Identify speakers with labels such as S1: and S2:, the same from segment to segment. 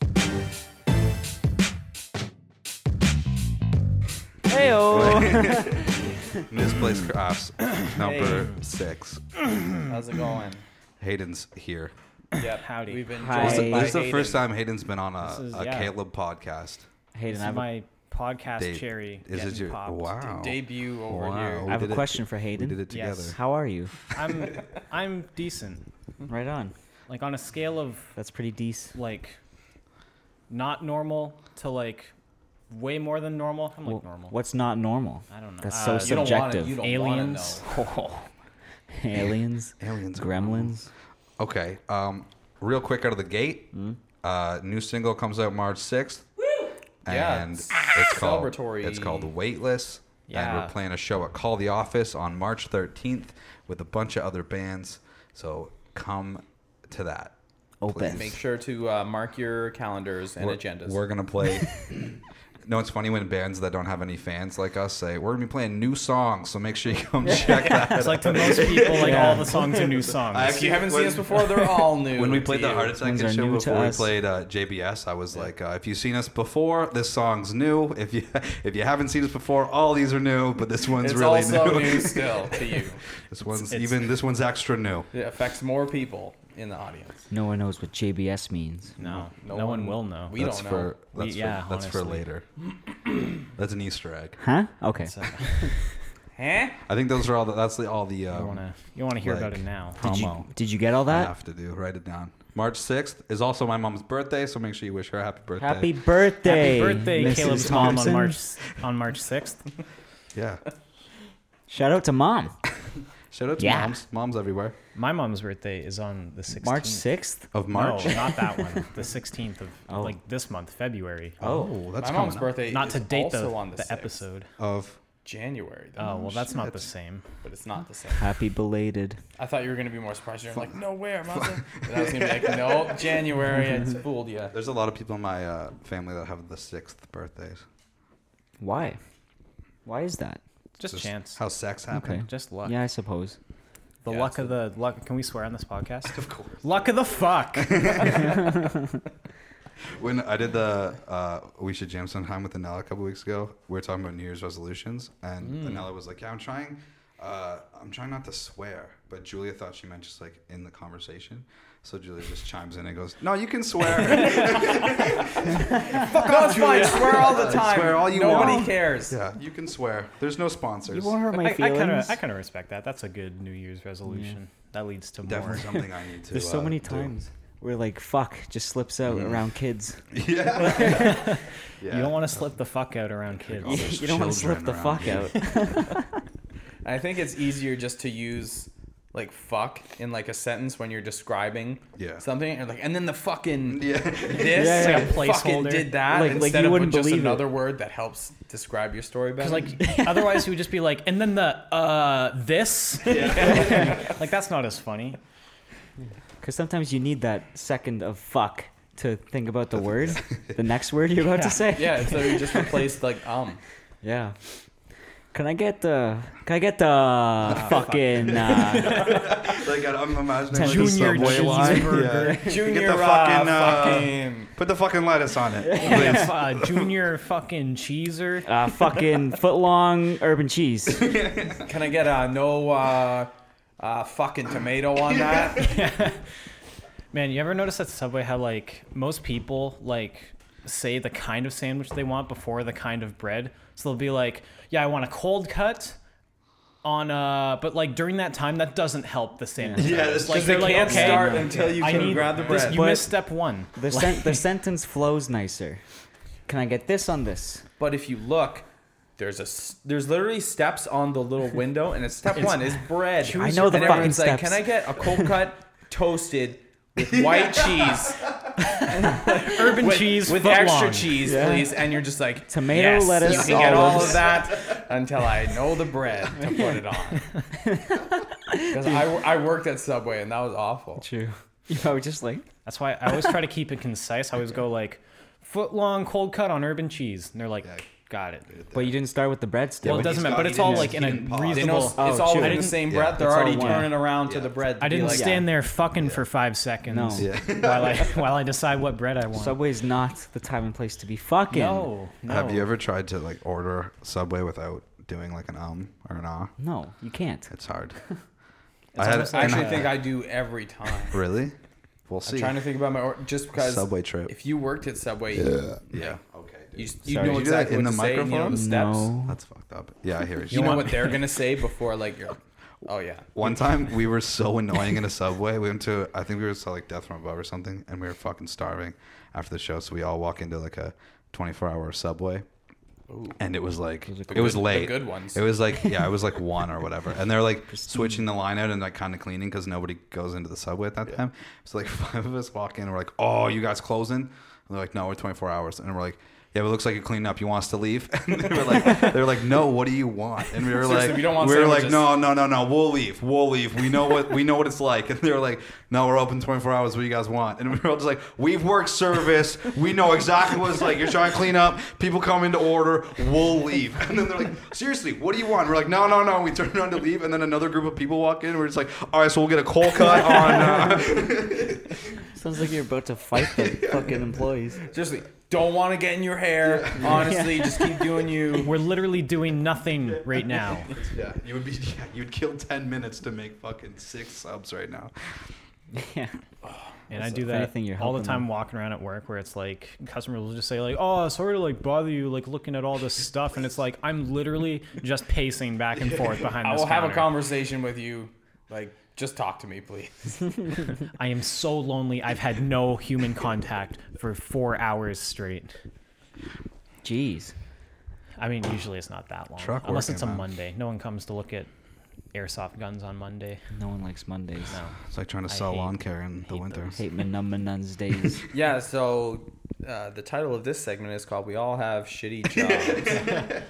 S1: Heyo.
S2: Misplaced cross. Number six.
S3: How's it going?
S2: Hayden's here.
S3: Yep.
S1: Howdy.
S3: We've been
S1: Hi.
S2: This is the,
S3: joined by
S2: this is the
S3: Aiden.
S2: first time Hayden's been on a,
S1: This is-
S2: a
S1: yeah.
S2: Caleb podcast.
S1: Hayden, I
S4: This is
S1: have, a,
S4: my podcast
S2: Dave,
S4: cherry.
S2: Is it
S4: getting
S2: your
S4: popped.
S2: wow?
S3: debut over
S2: Wow.
S3: here.
S2: we
S4: I have a
S2: did it-
S4: question for
S2: We
S4: Hayden.
S2: did it together.
S3: Yes.
S4: How are you?
S1: I'm
S4: I'm decent. Right on.
S1: like on a scale of
S4: That's pretty decent.
S1: like not normal to like way more than normal. I'm like
S4: Well,
S1: normal.
S4: What's not normal?
S1: I don't know.
S4: That's
S1: Uh,
S4: so
S3: you don't want
S4: subjective.
S3: it. You don't
S1: Aliens.
S4: Aliens,
S2: Aliens.
S4: gremlins.
S2: Okay. Um, real quick out of the gate.
S4: Hmm?
S2: Uh, new single comes out March sixth.
S3: Yeah,
S2: And
S3: it's
S2: it's called
S3: celebratory.
S2: it's called Weightless. And
S1: Yeah.
S2: we're playing a show at Call the Office on March thirteenth with a bunch of other bands. So come to that.
S4: Open.
S2: please.
S3: Make sure to uh, mark your calendars and
S2: we're,
S3: agendas.
S2: We're gonna play. no, it's funny when bands that don't have any fans like us say we're gonna be playing new songs, so make sure you come check that.
S1: It's like to most people, like
S4: Yeah.
S1: all the songs are new songs.
S2: I
S3: if
S2: actually-
S3: you haven't
S2: when-
S3: seen us before, they're all new.
S2: When we
S3: to
S2: played the
S3: you.
S2: Heart Attack
S4: Ones
S2: and
S4: are
S2: show
S4: new to
S2: before we
S4: us.
S2: played uh, JBS, I was like, uh, if you've seen us before, this song's new. If you if you haven't seen us before, all these are new, but this one's
S3: it's
S2: really
S3: also
S2: new.
S3: new. still to you.
S2: This one's
S1: it's-
S2: even this one's extra new.
S3: It affects more people in the audience.
S4: No one knows what JBS means.
S1: no,
S3: No
S1: no, one,
S3: one-
S1: will know.
S3: we-
S2: that's
S3: don't know.
S2: for
S1: We-
S2: that's
S1: yeah,
S2: for that's for
S1: honestly.
S2: later. that's an Easter egg.
S4: Huh? Okay.
S1: So,
S3: Huh?
S2: I think those are all. The, that's the, all the
S1: you
S2: um,
S1: wanna you wanna hear about
S2: like-
S1: it now?
S4: Did you,
S2: promo.
S4: did you get all
S2: I
S4: that?
S2: have to do. Write it down. March sixth is also my mom's birthday, so make sure you wish her happy birthday.
S4: Happy birthday.
S1: Happy birthday,
S4: Mrs.
S1: Caleb's mom on
S4: Thompson.
S1: March on March sixth.
S2: Yeah.
S4: Shout out to mom.
S2: Shout out to
S4: Yeah.
S2: moms. Moms everywhere.
S1: My mom's birthday is on the sixteenth.
S4: March 6th?
S2: Of March.
S1: No, not that one. The 16th of
S4: Oh.
S1: like this month, February.
S2: Oh, that's
S3: My
S2: coming
S3: mom's
S2: up.
S3: birthday
S1: Not
S3: is
S1: to date
S3: also
S1: the,
S3: on the,
S1: the
S3: 6th,
S1: episode.
S2: of.
S3: January. though.
S1: Oh, well, that's not the
S2: shit.
S1: same.
S3: but it's not the same.
S4: Happy belated.
S3: I thought you were gonna be more surprised. You're like, no, where? Mother? And I was gonna be like, no, January. I just fooled you.
S2: There's a lot of people in my uh, family that have the sixth birthdays.
S4: Why? Why is that?
S1: Just, chance.
S2: How sex happened.
S1: Just luck.
S4: Yeah, I suppose.
S1: The
S3: Yeah,
S1: luck
S3: it's
S1: of the luck. Can we swear on this podcast?
S2: Of course.
S1: luck of the fuck.
S2: When I did the uh, We Should Jam Sometime with Anella a couple weeks ago, we were talking about New Year's resolutions, and Anella was like, Yeah, I'm trying. Uh, I'm trying not to swear, but Julia thought she meant just like in the conversation. So Julia just chimes in and goes, "No, you can swear."
S3: That's fine. Swear all the time.
S2: Swear all you
S3: Nobody
S2: want.
S3: cares.
S2: yeah, you can swear. There's no sponsors.
S4: You won't hurt
S1: I
S4: my feelings.
S1: kind of I kind of respect that. That's a good New Year's resolution. That leads to more.
S2: Definitely something I need to.
S4: There's so
S2: uh,
S4: many
S2: do.
S4: times where like fuck just slips out around kids.
S2: Yeah. yeah.
S1: You don't want to slip the fuck out around kids.
S2: all those
S4: you don't want to slip
S2: children
S4: the
S2: around
S4: fuck
S2: you.
S4: out.
S3: I think it's easier just to use like fuck in like a sentence when you're describing
S2: Yeah.
S3: something and like and then the fucking
S2: Yeah.
S3: this
S4: Yeah, yeah.
S1: Like a
S3: fucking
S1: placeholder.
S3: did that
S4: Like- like,
S3: instead
S4: you
S3: of
S4: wouldn't
S3: just
S4: believe it.
S3: another word that helps describe your story better.
S1: 'Cause, like otherwise you would just be like, and then the uh this. like that's not as funny.
S4: Because sometimes you need that second of fuck to think about the word, the next word you're about
S1: Yeah.
S4: to say.
S3: yeah, so you just replaced like um.
S4: Yeah. Can I get the? Can I get the fucking? Uh,
S2: like I'm imagining
S4: Ten- Junior
S2: like a subway line.
S1: cheeseburger.
S2: Yeah.
S3: Junior
S2: Get the
S3: uh,
S2: fucking, uh,
S3: fucking
S2: Put the fucking lettuce on it.
S1: Yeah, uh, junior fucking cheeser.
S4: uh, fucking footlong urban cheese.
S3: Can I get a no uh, uh, fucking tomato on that?
S1: Man, you ever notice at Subway how like most people like say the kind of sandwich they want before the kind of bread? So they'll be like, "Yeah, I want a cold cut on uh," but like during that time, that doesn't help the sandwich.
S2: Yeah, it's
S1: like
S2: just-
S1: they're
S3: they
S1: like,
S3: can't
S1: "Okay,
S3: start until you
S1: I
S3: can
S1: need
S3: grab the
S1: this-
S3: bread.
S1: you
S4: But-
S1: missed step one.
S4: The, sen- the sentence flows nicer. Can I get this on this?
S3: But if you look, there's a s- there's literally steps on the little window, and it's step one is bread.
S1: I
S4: know the
S3: and
S4: fucking
S3: everyone's like,
S4: steps.
S3: Can I get a cold cut toasted with white cheese,
S1: Urban
S3: with,
S1: cheese
S3: with
S1: footlong.
S3: extra cheese, please? And you're just like
S4: Tomato,
S3: yes,
S4: lettuce,
S3: You can get all
S4: olives."
S3: of that until I know the bread to put it on. Because I, I worked at Subway and that was awful.
S4: True. You probably just like
S1: That's why I always try to keep it concise. I always go like foot long cold cut on urban cheese, and they're like, Got it.
S4: But you didn't start with the bread still.
S1: Well, it
S2: but
S1: doesn't
S2: he's
S1: matter.
S2: got-
S1: But
S2: he
S1: it's all
S2: didn't-
S1: like
S2: he
S1: in a
S2: didn't pause.
S1: reasonable.
S3: They know it's
S4: Oh,
S3: all
S4: true.
S3: in
S1: I
S3: the same
S2: didn't-
S3: breath. They're
S4: It's all
S3: already
S4: one.
S3: turning around to
S2: Yeah.
S3: the bread. To
S1: I
S3: be
S1: didn't
S3: like,
S1: stand there fucking for five seconds
S4: No.
S1: while I while I decide what bread I want.
S4: Subway's not the time and place to be fucking.
S1: no, no.
S2: Have you ever tried to like order Subway without doing like an um or an ah?
S4: No, you can't.
S2: It's hard.
S1: It's almost
S3: I
S1: like
S3: actually
S1: a-
S3: think I do every time.
S2: really. We'll
S3: I'm
S2: see.
S3: trying to think about my or- just because
S2: Subway trip.
S3: If you worked at Subway,
S2: yeah. Okay. dude.
S3: you, you
S2: Sorry. Did
S3: know
S2: you do that
S3: exactly
S2: in
S3: what
S2: the
S3: to say. and You know
S2: microphone?
S3: the steps.
S4: no.
S2: That's fucked up. Yeah, I hear you.
S3: You know what they're gonna say before like you're. Oh yeah.
S2: One time we were so annoying in a subway. We went to I think we were to like Death from Above or something, and we were fucking starving after the show. So we all walk into like a 24 hour subway, and it was like it was,
S3: good- the
S2: late.
S3: good ones.
S2: It was like yeah, it was like one or whatever, and they're like switching the line out and like kind of cleaning because nobody goes into the subway at that time. So like five of us walk in, and we're like, oh, you guys closing? And they're like, no, we're 24 hours, and we're like. Yeah, but it looks like you're cleaning up. You want us to leave? And they were like, they were like, no. What do you want? And we were
S3: Seriously,
S2: like,
S3: we don't want
S2: we were like,
S3: sandwiches.
S2: no, no, no, no, we'll leave. We'll leave. We know what we know what it's like. And they were like, no, we're open 24 hours. What do you guys want? And we were all just like, we've worked service. We know exactly what it's like. You're trying to clean up. People come in to order. We'll leave. And then they're like, seriously, what do you want? We're like, no, no, no. We turn around to leave, and then another group of people walk in. We're just like, all right, so we'll get a cold cut on. Uh,
S4: Sounds like you're about to fight the fucking employees.
S3: Seriously, don't want to get in your hair. Honestly, just keep doing you.
S1: We're literally doing nothing right now.
S2: yeah, you would be. Yeah, you'd kill 10 minutes to make fucking six subs right now.
S4: Yeah.
S1: And I
S4: That's
S1: do
S4: the funny
S1: that
S4: thing, you're
S1: all the
S4: helping
S1: time
S4: them.
S1: walking around at work where it's like customers will just say like, "Oh, sorry to like bother you like looking at all this stuff." And it's like I'm literally just pacing back and forth behind
S3: I
S1: this
S3: will have a
S1: counter.
S3: conversation with you. Like, just talk to me, please.
S1: I am so lonely. I've had no human contact for 4 hours straight.
S4: Jeez.
S1: I mean, usually it's not that long.
S2: Truck
S1: Unless
S2: working,
S1: it's a
S2: man.
S1: Monday. No one comes to look at airsoft guns on Monday.
S4: No one likes Mondays.
S1: No.
S2: It's like trying to sell
S1: hate-
S2: lawn care in the
S1: hate
S2: winter.
S1: those.
S4: Hate Menumbinun's days.
S3: Yeah. So, uh, the title of this segment is called "We All Have Shitty Jobs."
S1: Uh,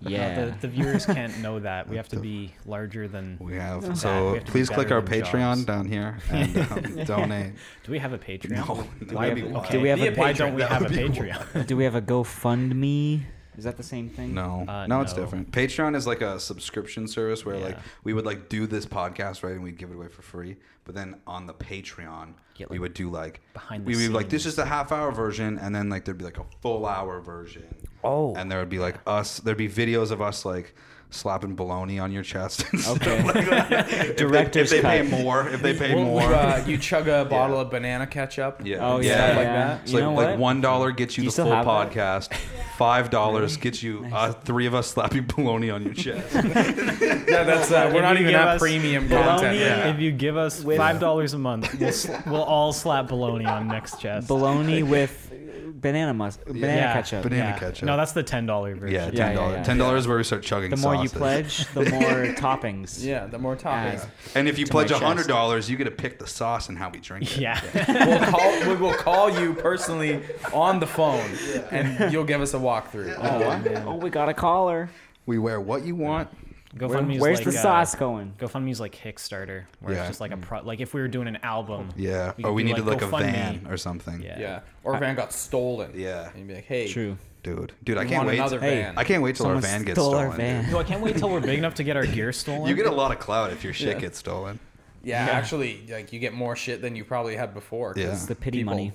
S4: Yeah.
S1: The, the viewers can't know that. We have to be larger than.
S2: We have
S1: that.
S2: so
S1: We have to be
S2: please click
S1: better
S2: our
S1: than
S2: Patreon
S1: jobs.
S2: down here and um, donate.
S1: Do we have a Patreon?
S2: No, that
S1: Why,
S2: would be wild.
S1: okay.
S4: Do we have
S1: Be
S4: a
S1: Why
S4: Patreon?
S1: don't we
S2: That
S1: have a
S2: would be
S1: Patreon?
S4: Do we have a GoFundMe? Is that the same thing?
S2: No,
S1: Uh,
S2: no, it's
S1: no.
S2: different. Patreon is like a subscription service where like
S1: Yeah.
S2: we would like do this podcast right and we'd give it away for free, but then on the Patreon
S1: Get,
S2: we
S1: like,
S2: would do like
S1: behind the
S2: we would be like this
S1: scenes.
S2: is the half hour version, and then like there'd be like a full hour version.
S4: Oh.
S2: and there would be like us. There'd be videos of us like slapping baloney on your chest. And stuff
S4: Okay.
S2: like that. If they-
S4: Director's
S2: if they,
S4: cut.
S2: pay more, if they pay
S3: Well,
S2: more,
S3: uh, you chug a bottle of banana ketchup.
S2: yeah,
S4: Oh yeah.
S3: Stuff like
S4: yeah.
S3: that.
S2: It's
S4: You
S2: like,
S4: know
S2: like
S4: what?
S2: one dollar gets you,
S4: Do you
S2: the
S4: still
S2: full
S4: have that?
S2: podcast. Five dollars gets you uh, three of us slapping baloney on your chest.
S3: Yeah, that's uh, we're not
S1: If you
S3: even
S1: give
S3: at
S1: us
S3: premium
S1: Bologna,
S3: content. Yeah.
S1: if you give us five dollars a month, we'll, sl- we'll all slap bologna on next chest.
S4: Bologna with banana mus- banana
S1: Yeah.
S4: ketchup.
S2: Banana ketchup.
S1: No, that's the ten dollar version.
S2: yeah, ten dollars.
S4: Yeah, yeah, yeah.
S2: Ten dollars is where we start chugging.
S4: the more
S2: sauces.
S4: you pledge, the more toppings.
S3: Yeah, the more toppings.
S4: Yeah.
S2: and if you
S4: my
S2: pledge
S4: chest.
S2: hundred dollars, you get to pick the sauce and how we drink it.
S1: Yeah.
S3: We'll call, we will call you personally on the phone, and you'll give us a walkthrough.
S4: Oh, we got a caller.
S2: We wear what you want.
S1: GoFundMe's
S4: Where's
S1: like
S4: the
S1: uh,
S4: sauce going?
S1: GoFundMe's like Kickstarter, where
S2: Yeah.
S1: it's just like a pro. Like if we were doing an album.
S2: Yeah,
S1: We
S2: or
S1: could
S2: we
S1: do,
S2: needed
S1: like,
S2: like, a
S1: GoFundMe.
S2: van or something.
S1: Yeah.
S3: Yeah, or van got stolen.
S2: Yeah.
S3: and you'd be like, hey,
S4: True.
S2: dude, dude, I
S3: I
S2: can't
S3: want
S2: wait.
S3: another
S4: Hey,
S3: van.
S2: I can't wait till our
S4: Someone
S2: van gets
S4: stole
S2: stolen.
S4: our van.
S2: dude.
S1: Yo, I can't wait till we're big enough to get our gear stolen.
S2: You get a lot of clout if your shit gets stolen.
S3: yeah,
S1: Yeah.
S3: actually, like you get more shit than you probably had before. 'cause
S2: Yeah.
S4: It's the pity
S3: people-
S4: money.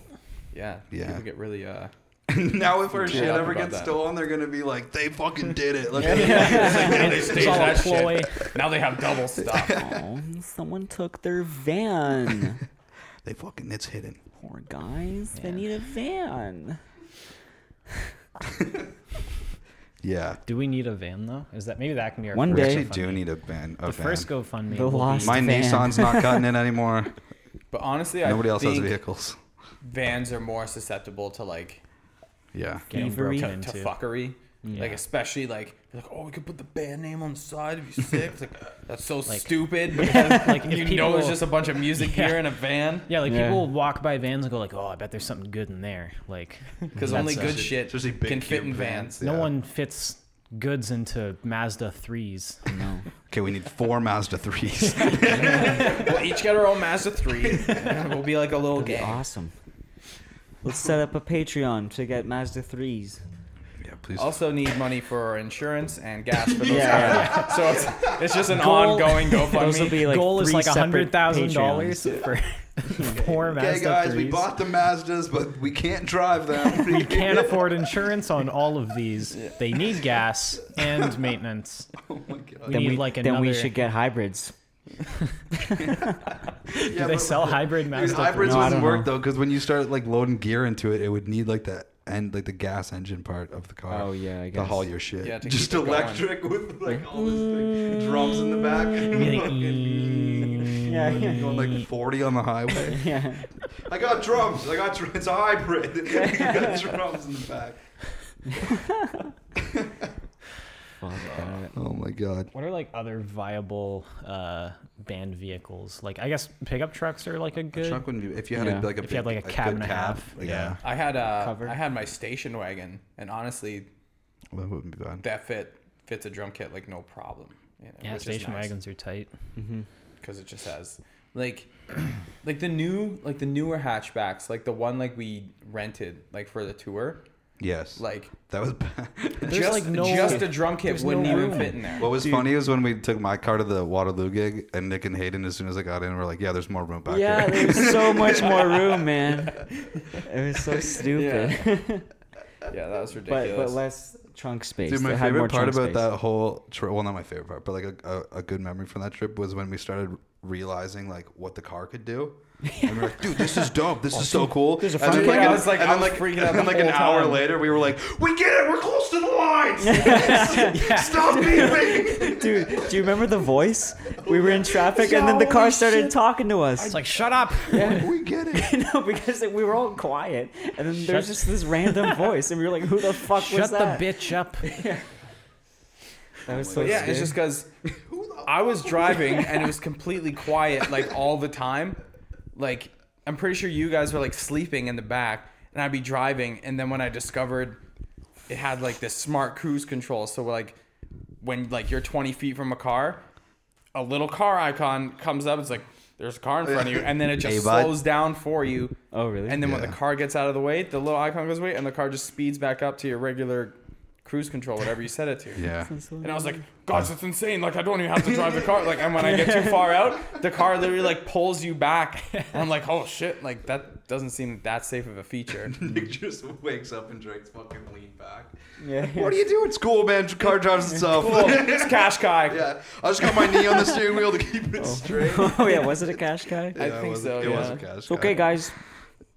S3: Yeah,
S2: Yeah.
S3: People get really. Uh,
S2: now if our
S3: Yeah,
S2: shit
S3: I
S2: ever
S3: forgot
S2: gets
S3: that.
S2: stolen, they're gonna be like, they fucking did it. Look
S3: they
S1: it's all a ploy.
S3: Now they have double stuff.
S4: Oh, someone took their van.
S2: They fucking it's hidden.
S4: Poor guys. They need a van.
S2: Yeah.
S1: Do we need a van though? Is that maybe that can be our
S4: One
S2: We
S1: first
S4: day.
S2: actually
S1: GoFundMe.
S2: do need a van. A
S1: The
S2: van.
S1: first GoFundMe.
S4: The
S1: will be-
S4: lost-
S2: My
S4: van.
S2: Nissan's not cutting it anymore.
S3: But honestly, I
S2: Nobody else has
S3: think
S2: vehicles.
S3: vans are more susceptible to like
S2: Yeah.
S1: Getting
S4: Thievery.
S1: broken
S3: to, to
S1: into.
S3: fuckery. Like
S1: Yeah.
S3: especially like you're like oh we could put the band name on the side if you sick. It's like that's so
S1: Like-
S3: stupid. Because
S1: Like,
S3: you
S1: if
S3: know it's
S1: people-
S3: just a bunch of music
S1: Yeah.
S3: here in a van
S1: Yeah, like
S4: Yeah.
S1: people will walk by vans and go like, "Oh, I bet there's something good in there." Like,
S3: because
S1: that's uh,
S3: only
S1: a-
S3: good shit
S2: Especially big
S3: can fit
S2: cube
S3: in
S2: vans.
S3: vans.
S1: No
S2: Yeah.
S1: one fits goods into Mazda threes.
S4: No.
S2: Okay, we need four Mazda threes.
S3: we'll each get our own Mazda three. and we'll be like a little
S4: That'd be
S3: gang.
S4: awesome. Let's set up a Patreon to get Mazda 3s.
S2: yeah, Please.
S3: Also need money for insurance and gas for those
S4: Yeah.
S3: guys. So it's, it's just an
S1: Goal-
S3: ongoing
S4: Those will
S3: GoFundMe.
S4: be like
S1: Goal is
S4: three
S1: like
S4: separate
S1: hundred thousand dollars
S4: Patreons.
S1: for poor Mazda
S2: Okay, guys, we
S1: 3s.
S2: bought the Mazdas, but we can't drive them.
S1: we can't afford insurance on all of these. They need gas and maintenance.
S2: Oh my god.
S1: We
S4: Then
S1: need
S4: we,
S1: like another.
S4: then we should get hybrids.
S2: Yeah,
S1: Do they
S2: but-
S1: sell hybrid
S2: Dude,
S1: Mazda?
S2: hybrids
S1: 3s?
S4: No, I
S2: wouldn't
S4: don't
S2: work
S4: know.
S2: though, because when you start like loading gear into it, it would need like the end, like the gas engine part of the car.
S4: Oh, yeah, I
S2: to
S4: guess.
S2: haul your shit.
S3: Yeah, to
S2: just
S3: keep it going.
S2: electric with like all this thing, drums in the back.
S1: Be like,
S4: Yeah.
S2: Going like 40 on the highway.
S4: Yeah.
S2: I got drums. I got dr- it's a hybrid. You got drums in the back.
S4: Fuck that.
S2: Oh my god.
S1: What are like other viable uh, band vehicles? Like I guess pickup trucks are like a good.
S2: Truck wouldn't be if you had a,
S4: Yeah.
S2: like a
S1: If you had,
S2: big-
S1: like, a
S2: good
S1: cab and a half,
S2: like,
S1: yeah.
S2: yeah.
S3: I had a,
S4: Cover.
S3: I had my station wagon, and honestly,
S2: Well, that wouldn't be bad.
S3: that fit fits a drum kit like no problem. You know,
S1: yeah,
S3: which is
S1: station
S3: nice.
S1: wagons are tight.
S3: because it just has like like the new like the newer hatchbacks like the one like we rented like for the tour
S2: Yes.
S3: like
S2: that was bad.
S1: There's
S3: just
S1: like no.
S3: just a drum kit
S1: there's
S3: wouldn't
S1: no
S3: even
S1: room.
S3: fit in there
S2: What was funny was when we took my car to the Waterloo gig, and Nick and Hayden, as soon as I got in, were like, "Yeah, there's more room back
S4: Yeah,
S2: here."
S4: there's so much more room, man. It was so stupid.
S3: yeah that was
S4: but
S3: ridiculous
S4: but less trunk space.
S2: Dude,
S4: They
S2: my
S4: had more
S2: favorite part
S4: trunk
S2: about
S4: space.
S2: that whole trip, well, not my favorite part, but like a, a, a good memory from that trip was when we started realizing like what the car could do. And we we're like, dude, this is dope.
S3: Oh,
S2: This is so cool. There's
S4: a
S2: and
S4: front
S2: then,
S3: Yeah,
S2: like, an-
S3: I was like-
S2: and
S3: I
S2: then,
S3: was
S2: like,
S3: freaking out
S2: and then,
S3: the
S2: like an
S3: whole
S2: hour
S3: time.
S2: later, we were like, we get it. We're close to the lines. Stop beeping.
S4: Dude, do you remember the voice? We were in traffic and then the car started talking to us.
S1: It's like shut up.
S2: we get it.
S4: no, because we were all quiet and then
S1: Shut-
S4: there's just this random voice and we were like, who the fuck was
S1: Shut the
S4: that?
S1: bitch up.
S4: That was so
S3: yeah
S4: scary.
S3: it's just because i was driving and it was completely quiet like all the time like i'm pretty sure you guys were like sleeping in the back and i'd be driving and then when i discovered it had like this smart cruise control so like when like you're 20 feet from a car a little car icon comes up it's like there's a car in front of you and then it just
S2: Hey, bud.
S3: slows down for you
S4: Oh, really?
S3: and then when
S2: Yeah.
S3: the car gets out of the way the little icon goes away and the car just speeds back up to your regular cruise control whatever you set it to
S2: Yeah.
S3: and I was like, gosh, that's insane. Like, I don't even have to drive the car. Like, and when I get too far out, the car literally like pulls you back. And I'm like, oh shit, like that doesn't seem that safe of a feature.
S2: Nick just wakes up and drinks fucking lean back.
S4: Yeah.
S2: What are you doing? School, man. Car drives itself.
S3: Cool, it's cash guy.
S2: yeah. I just got my knee on the steering wheel to keep it straight.
S4: oh, yeah, was it a cash guy?
S3: I
S2: it
S3: think
S2: was-
S3: so,
S2: It was
S3: yeah.
S2: a cash
S4: It's okay,
S2: guy.
S4: guys.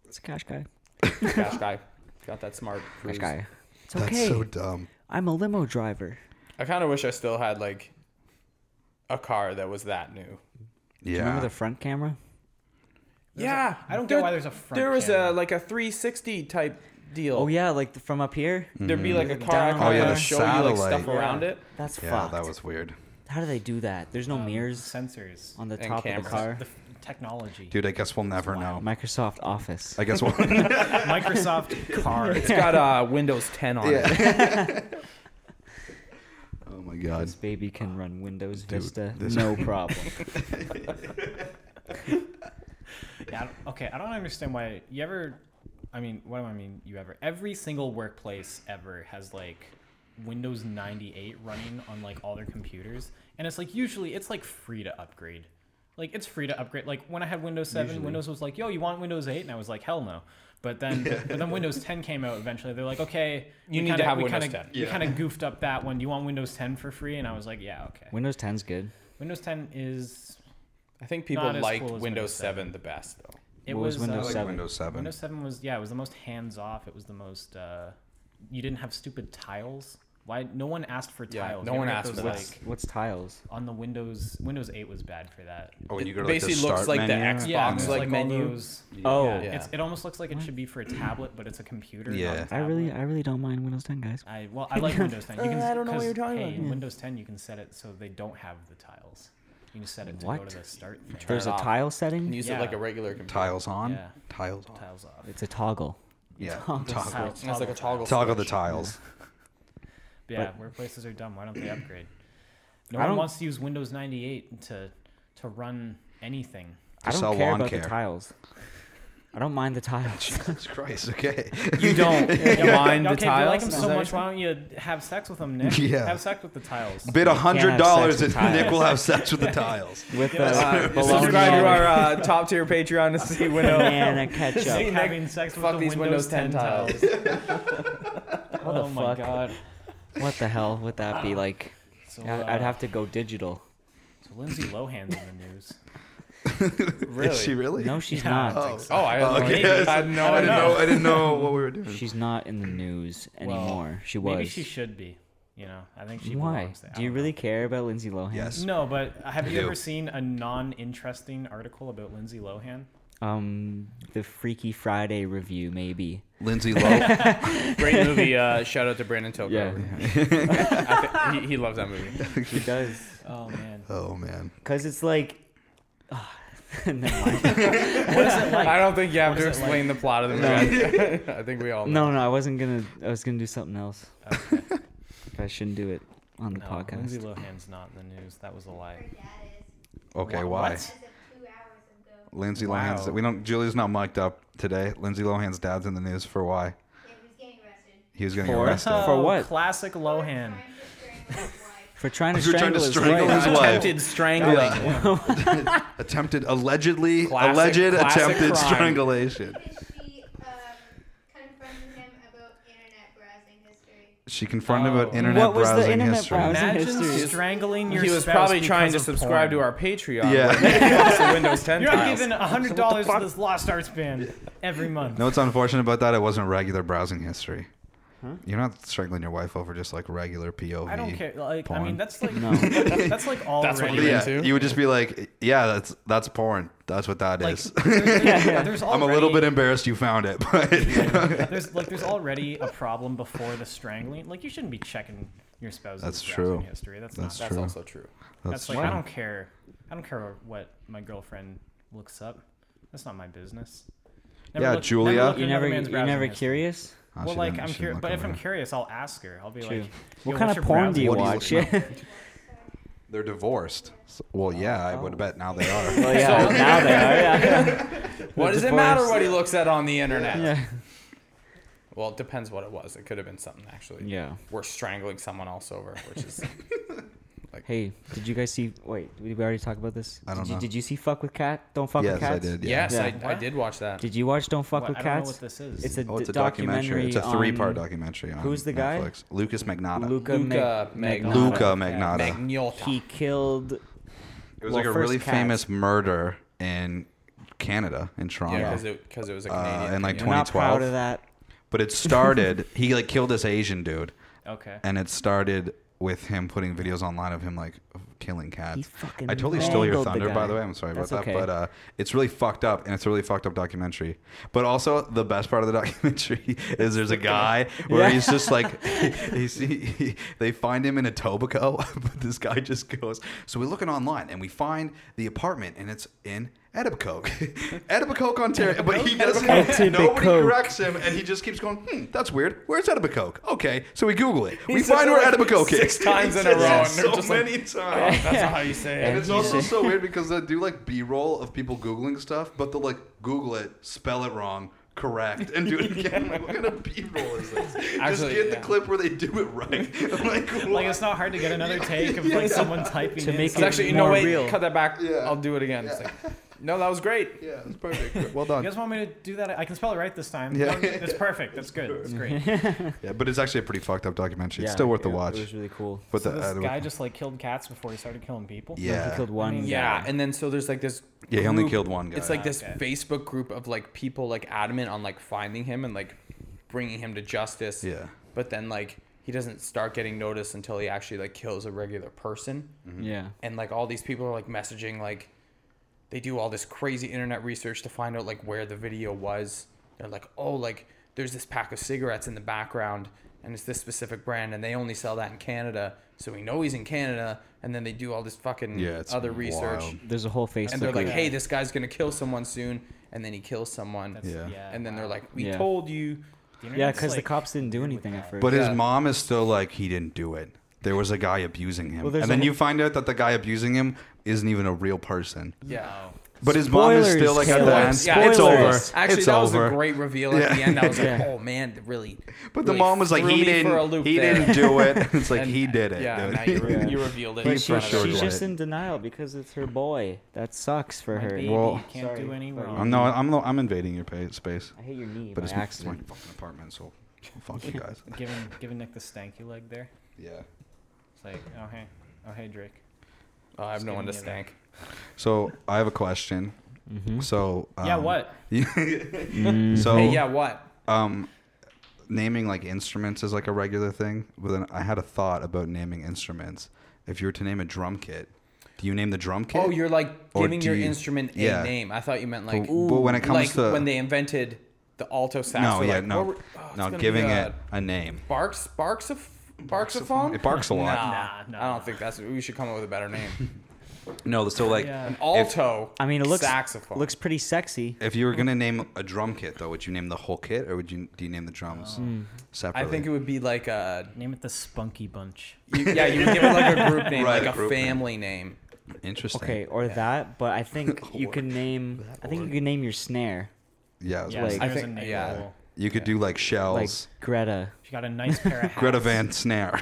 S4: It's a cash guy.
S3: Cash guy. Got that smart.
S4: Cash
S3: cruise.
S4: guy. It's
S2: That's
S4: okay.
S2: so dumb.
S4: I'm a limo driver.
S3: I kind of wish I still had like a car that was that new.
S2: Yeah.
S4: Remember the front camera?
S3: yeah,
S1: I don't get why there's a front
S3: There was
S1: camera.
S3: a like a 360 type deal.
S4: Oh, yeah, like the, from up here?
S3: There'd be like a car
S4: Down
S3: icon
S4: Oh, yeah,
S3: that'd
S4: the
S3: show you like stuff
S2: satellite.
S3: around it.
S4: That's
S2: yeah,
S4: fucked.
S2: that was weird.
S4: How do they do that? There's no
S1: Um,
S4: mirrors
S1: sensors.
S4: on the
S3: and
S4: top of the
S3: cameras.
S4: car.
S1: The f- technology.
S2: Dude, I guess we'll never know.
S4: Microsoft Office.
S2: I guess we'll.
S1: Microsoft car.
S3: It's got uh, Windows 10 on it.
S2: oh my god.
S4: This baby can run Windows
S2: Dude,
S4: Vista,
S2: this-
S4: no problem.
S1: Yeah, I don't- okay, I don't understand why you ever. I mean, what do I mean? You ever? Every single workplace ever has like Windows 98 running on like all their computers, and it's like usually it's like free to upgrade. Like it's free to upgrade. Like when I had Windows 7, Windows was like, "Yo, you want Windows 8?" and I was like, "Hell no." But then, but then Windows 10 came out eventually. They're like, "Okay,
S3: You need to have
S1: we
S3: Windows
S1: kinda,
S3: 10."
S1: You kind of goofed up that one. Do you want Windows 10 for free?" And I was like, "Yeah, okay."
S4: Windows 10's good.
S1: Windows 10 is
S3: I think people
S1: Not as
S3: liked
S1: cool as
S3: Windows,
S1: Windows
S3: 7. the best though.
S1: it
S4: What was
S1: uh,
S4: Windows
S2: I like
S4: 7.
S2: Windows 7.
S1: Windows 7 was yeah, it was the most hands off. It was the most uh you didn't have stupid tiles. Why no one asked for
S3: Yeah,
S1: tiles.
S3: no
S1: You ever
S3: one
S1: get
S3: asked
S1: those,
S3: for
S1: like
S3: that.
S4: What's tiles?
S1: on the Windows Windows 8 was bad for that.
S2: oh, when
S3: It
S2: you go to like,
S3: basically
S2: the
S3: looks
S2: start
S3: like the
S2: menu.
S3: Xbox,
S1: Yeah, it's
S3: like
S1: all
S3: menu.
S1: those-
S4: Oh,
S1: yeah,
S3: Yeah.
S1: It's, it almost looks like it should be for a tablet, but it's a computer. not a
S2: Yeah. I
S4: I
S1: tablet.
S4: really, I really don't mind Windows 10, guys.
S1: I well, I like Windows 10. You can,
S3: I don't know what
S1: 'cause,
S3: you're talking
S1: hey,
S3: about.
S1: In
S3: Yeah.
S1: Windows 10, you can set it so they don't have the tiles. You can set it to go
S4: What?
S1: to the start. thing.
S4: There's
S3: it
S4: a
S3: off.
S4: tile setting.
S3: And use
S1: Yeah.
S3: it like a regular computer.
S2: Tiles on.
S1: Yeah.
S2: Tiles on.
S1: Tiles off.
S4: It's a toggle.
S2: Yeah.
S4: Toggle.
S2: Toggle.
S3: It's like a toggle.
S2: Toggle the
S3: switch.
S2: tiles.
S1: But yeah,
S4: But-
S1: workplaces are dumb. Why don't they upgrade? No
S4: I
S1: one
S4: don't-
S1: wants to use Windows 98 to to run anything.
S4: I don't
S2: sell
S4: care
S2: lawn
S4: about
S2: care.
S4: the tiles. I don't mind the tiles.
S2: Jesus Christ. Okay.
S3: You don't mind the
S1: okay, if you like
S3: tiles.
S1: him
S3: Is
S1: so
S3: that
S1: much,
S3: what
S1: why don't you have sex with him, Nick?
S2: Yeah.
S1: Have sex with the tiles.
S2: Bid a hundred dollars
S4: with
S2: and
S4: tiles.
S2: Nick will have sex with the tiles.
S4: With the
S3: you're saying?
S4: bologna
S3: Uh, subscribe to
S4: and
S3: our uh, top tier Patreon to see Winnow.
S4: banana ketchup.
S1: Nick having sex with
S3: Fuck
S1: the
S3: these
S1: Windows,
S3: Windows 10 tiles.
S4: How the
S1: oh my
S4: fuck?
S1: god.
S4: What the hell would that be like?
S1: So, uh,
S4: I'd, I'd have to go digital.
S1: So Lindsay Lohan's in the news.
S3: Really?
S2: Is she really?
S4: No, she's
S1: Yeah.
S4: not.
S2: Oh,
S3: Oh, I,
S2: Oh, okay.
S3: okay. I had no
S1: I don't
S2: I
S3: idea.
S2: didn't know. I didn't know what we were doing.
S4: She's not in the news
S1: Well,
S4: anymore. she was.
S1: Maybe she should be. You know, I think she
S4: Why?
S1: belongs there. I
S4: Do you
S1: don't
S4: really care about Lindsay Lohan?
S2: yes.
S1: know. No, but have you
S2: do.
S1: ever seen a non-interesting article about Lindsay Lohan?
S4: Um, the Freaky Friday review, maybe.
S2: Lindsay Lohan.
S3: Great movie. Uh, shout out to Brandon Toko.
S4: Yeah.
S3: I thi- he, he loves that movie.
S4: She does.
S1: Oh man,
S2: oh man.
S4: Cause it's like. ah, Never mind.
S1: what is it
S3: I
S1: like?
S3: don't think you have
S1: is
S3: to
S1: it
S3: explain the plot of the movie. I think we all know.
S4: No, no, I wasn't gonna. I was gonna do something else. I shouldn't do it on the
S1: No, Lindsay
S4: podcast.
S1: Lohan's not in the news. That was a lie.
S2: Okay.
S1: Wha-
S2: Why?
S1: what?
S5: As of two hours ago,
S2: Lindsay
S1: Wow.
S2: Lohan's. We don't. Julia's not mic'd up today. Lindsay Lohan's dad's in the news for why
S5: it was getting arrested.
S2: he was getting
S4: For-
S2: arrested.
S4: For what?
S1: Classic Lohan.
S5: Trying
S4: For trying to
S5: to strangle his wife.
S2: You're trying
S4: strangle,
S2: to
S4: his
S2: strangle
S4: wife.
S2: his wife.
S3: Attempted strangling.
S2: attempted allegedly
S3: Classic-
S2: alleged
S3: classic
S2: attempted
S3: crime.
S2: strangulation.
S5: Because she um, confronted him about internet browsing history.
S2: She confronted
S1: Oh.
S2: about internet
S4: What was the
S2: browsing
S4: internet
S2: history.
S4: browsing?
S1: Imagine
S4: history.
S1: strangling your.
S3: He was
S1: spouse
S3: probably
S1: because
S3: trying to
S1: of
S3: subscribe
S1: porn.
S3: to our Patreon.
S2: Yeah.
S3: Yeah. Windows 10
S1: You're
S3: tiles.
S1: giving hundred dollars to this Lost Arts band every month.
S2: no, what's unfortunate about that? It wasn't regular browsing history. You're not strangling your wife over just like regular POV.
S1: I don't care. Like, I mean,
S2: Porn.
S1: that's like
S4: No.
S1: that's like all.
S3: That's what
S1: already.
S3: you
S2: yeah,
S3: into?
S2: you would just be like, yeah, that's that's porn. That's what that
S1: like,
S2: is.
S1: there's, there's
S2: I'm
S1: already,
S2: a little bit embarrassed you found it, but
S1: There's like there's already a problem before the strangling. Like you shouldn't be checking your spouse's
S2: That's
S1: browsing
S2: true.
S1: history. That's,
S2: That's
S1: not
S3: That's
S2: True.
S3: also true.
S1: that's, like I don't care. I don't care what my girlfriend looks up. That's not my business. Never
S2: Yeah,
S1: look- never
S2: Julia.
S1: look at another
S4: You're never,
S1: man's
S4: you're
S1: browsing
S4: never
S1: history.
S4: curious.
S2: Ah,
S1: Well,
S2: she
S1: like
S2: didn't-
S1: I'm
S2: she didn't
S1: curious,
S2: look
S1: but if
S2: over
S1: I'm
S2: there.
S1: curious, I'll ask her. I'll be
S4: True.
S1: like,
S4: What
S1: "Yo,
S4: kind
S1: what's your
S4: of porn do
S1: browsing
S4: you
S2: What do you look
S4: watch? Yeah.
S2: They're divorced. So- well, yeah, I
S4: Oh.
S2: would bet now they are.
S4: well, yeah. now they are. Yeah.
S3: What does it
S4: divorce.
S3: matter what he looks at on the internet?
S4: yeah.
S3: Well, it depends what it was. It could have been something actually.
S4: Yeah.
S3: We're strangling someone else over, which is
S4: Hey, did you guys see? Wait, did we already talk about this?
S2: I don't
S4: did you,
S2: know.
S4: Did you see Fuck with Cat? Don't fuck with
S2: yes, I
S4: cats.
S2: did. Yeah.
S3: yes,
S4: Yeah.
S3: I, I did watch that.
S4: Did you watch Don't Fuck
S1: What?
S4: with
S1: I don't know
S4: Cats?
S1: what this is.
S4: It's a,
S2: Oh, it's a
S4: d- documentary.
S2: documentary. It's a
S4: on
S2: three-part documentary on
S4: who's the guy?
S2: Netflix. Lucas Magnotta.
S4: Luca,
S3: Luca
S4: Mag-
S3: Magnotta.
S2: Luca
S4: Magnotta.
S2: Magnotta.
S3: Magnota.
S4: He killed.
S2: It was
S4: Well,
S2: like a
S4: first
S2: really
S4: cats.
S2: famous murder in Canada, in Toronto.
S3: yeah, because it, 'cause it was a
S2: Uh,
S3: Canadian.
S2: and, like,
S3: thing,
S4: We're
S3: yeah.
S4: not proud
S2: 2012.
S4: of that.
S2: But it started. he like killed this Asian dude,
S1: Okay.
S2: and it started with him putting videos online of him like killing cats.
S4: He fucking
S2: I totally stole your
S4: mangled the
S2: thunder,
S4: guy.
S2: by the way. I'm sorry about
S4: That's
S2: that,
S4: okay.
S2: but uh, it's really fucked up, and it's a really fucked up documentary. But also, the best part of the documentary is there's a guy where he's just like, he's, he, he- they find him in a Tobico, but this guy just goes. So we're looking online, and we find the apartment, and it's in. Etobicoke, Etobicoke, Ontario, but he doesn't. Nobody
S4: Etobicoke.
S2: corrects him, and he just keeps going. Hmm, that's weird. Where's Etobicoke? Okay, so we Google it. we
S3: He says
S2: find
S3: it
S2: where
S3: like
S2: Etobicoke
S3: six
S2: is
S3: times
S2: He
S3: in a
S2: says
S3: row,
S2: it
S3: and they're
S2: So
S3: just like,
S2: many times.
S3: That's not how you say
S4: And
S3: it.
S2: It's
S4: You
S2: also
S4: see-
S2: so weird because they do like B-roll of people googling stuff, but they'll like Google it, spell it wrong, correct, and do it again. Like, what kind of B-roll is this?
S3: Actually,
S2: Just get
S3: yeah.
S2: the clip where they do it right. I'm like,
S1: Like
S2: what?
S1: it's not hard to get another take of like someone typing
S4: To
S1: in
S4: make it
S1: something.
S3: It's actually, you
S4: more
S3: know, wait,
S4: real.
S3: cut that back.
S2: Yeah.
S3: I'll do it again. It's like, no, that was great.
S2: yeah, it's perfect. Well
S1: You
S2: done.
S1: guys want me to do that? I can spell it right this time.
S2: Yeah.
S1: No, It's perfect. That's good. It's great.
S2: Yeah, but it's actually a pretty fucked up documentary. It's
S4: Yeah,
S2: still worth the
S4: it-
S2: watch.
S4: It was really cool.
S2: But
S1: So
S2: the
S1: this
S2: Etobicoke-
S1: guy just like killed cats before he started killing people.
S4: He
S2: yeah,
S4: killed one.
S1: mean,
S3: Yeah, and then so there's like this.
S2: Yeah, he only killed one guy.
S3: It's like this
S1: Okay.
S3: Facebook group of like people like adamant on like finding him and like bringing him to justice.
S2: Yeah.
S3: But then like he doesn't start getting noticed until he actually like kills a regular person,
S2: Mm-hmm.
S4: Yeah.
S3: and like all these people are like messaging like they do all this crazy internet research to find out like where the video was. They're like, oh, like there's this pack of cigarettes in the background, and it's this specific brand, and they only sell that in Canada, so we know he's in Canada. And then they do all this fucking
S2: Yeah, it's
S3: other research
S2: wild.
S4: There's a whole Facebook.
S3: and they're like,
S4: group.
S3: "Hey, this guy's gonna kill someone soon," and then he kills someone,
S1: That's-
S2: Yeah.
S3: and then they're
S1: wow.
S3: like, "We
S4: Yeah.
S3: told
S1: The
S3: you."
S4: yeah,
S1: internet's,
S4: because the
S1: like-
S4: cops didn't do
S1: weird with
S4: anything
S1: that.
S4: at first.
S2: But
S3: Yeah.
S2: his mom is still like, he didn't do it. There was a guy abusing him,
S4: Well, there's
S2: and
S4: a
S2: then
S4: whole-
S2: you find out that the guy abusing him isn't even a real person.
S3: Yeah,
S2: But his mom is
S4: Spoilers,
S2: still like at the
S4: Caleb.
S2: end.
S4: Yeah,
S2: It's over.
S4: spoilers.
S3: Actually,
S2: it's
S3: that was
S2: over.
S3: a great reveal
S2: Yeah.
S3: at the end. I was like,
S4: Yeah.
S3: oh man, that really.
S2: but the
S3: really
S2: mom was like,
S3: threw
S2: he
S3: me for a
S2: didn't.
S3: loop
S2: He
S3: there."
S2: didn't do it. It's like
S3: And-
S2: he did it.
S3: Yeah,
S2: dude.
S3: now you,
S4: Yeah.
S3: re- you revealed it.
S2: He
S3: in
S4: But she,
S2: for
S3: front of
S2: sure
S3: us.
S4: she's
S2: did.
S4: just in denial because it's her boy. That sucks for
S1: My
S4: her.
S1: baby
S2: Well-
S1: you can't
S4: Sorry,
S1: do any
S4: but-
S1: wrong.
S2: I'm no, I'm no, I'm invading your pa- space.
S4: I hit your knee
S2: But
S4: by
S2: it's, my- it's my
S4: accident.
S2: fucking apartment, so fuck you guys.
S1: Giving giving Nick the stanky leg there.
S2: Yeah.
S1: It's like, oh hey, oh hey Drake.
S3: Oh, I have no
S1: Just
S3: one to
S1: giving you
S3: thank.
S2: So I have a question.
S4: Mm-hmm.
S3: Hmm?
S2: So
S1: yeah,
S2: um,
S1: what?
S2: Mm-hmm. So
S3: Hey, yeah, what?
S2: um, naming like instruments is like a regular thing. But then I had a thought about naming instruments. If you were to name a drum kit, do you name the drum kit?
S3: Oh, you're like
S2: Or
S3: giving
S2: do
S3: your
S2: you-
S3: instrument a
S2: yeah.
S3: name. I thought you meant
S2: But,
S3: like
S2: but when it comes
S3: like
S2: to
S3: when they invented the alto sax.
S2: no,
S3: we're
S2: yeah,
S3: like,
S2: no,
S3: what were- oh, it's
S2: no,
S3: gonna be
S2: giving
S3: a
S2: it a name.
S3: barks, barks of. Barksaphone?
S2: It barks a lot.
S3: Nah,
S1: Nah,
S3: I
S1: nah.
S3: don't think that's. We should come up with a better name.
S2: No, so like
S1: Yeah.
S3: An alto.
S4: I mean, it looks
S3: saxophone.
S4: looks pretty sexy.
S2: If you were gonna name a drum kit, though, would you name the whole kit, or would you do you name the drums
S3: I
S2: separately?
S3: think it would be like a.
S1: Name it the Spunky Bunch.
S3: You, yeah, you would give it like a group name,
S2: Right,
S3: like
S2: a
S3: a
S2: group name.
S3: family name.
S2: interesting.
S4: Okay, or that, but I think you
S2: Or
S4: can name. I think you
S2: or.
S4: can name your snare
S2: Yeah,
S1: Yeah,
S4: like-
S1: snares
S4: I
S1: and
S3: think-
S1: nails.
S3: yeah.
S2: you could do like
S4: like
S2: shells.
S4: Greta.
S1: If you got a nice pair of hats.
S2: Greta Van Snare.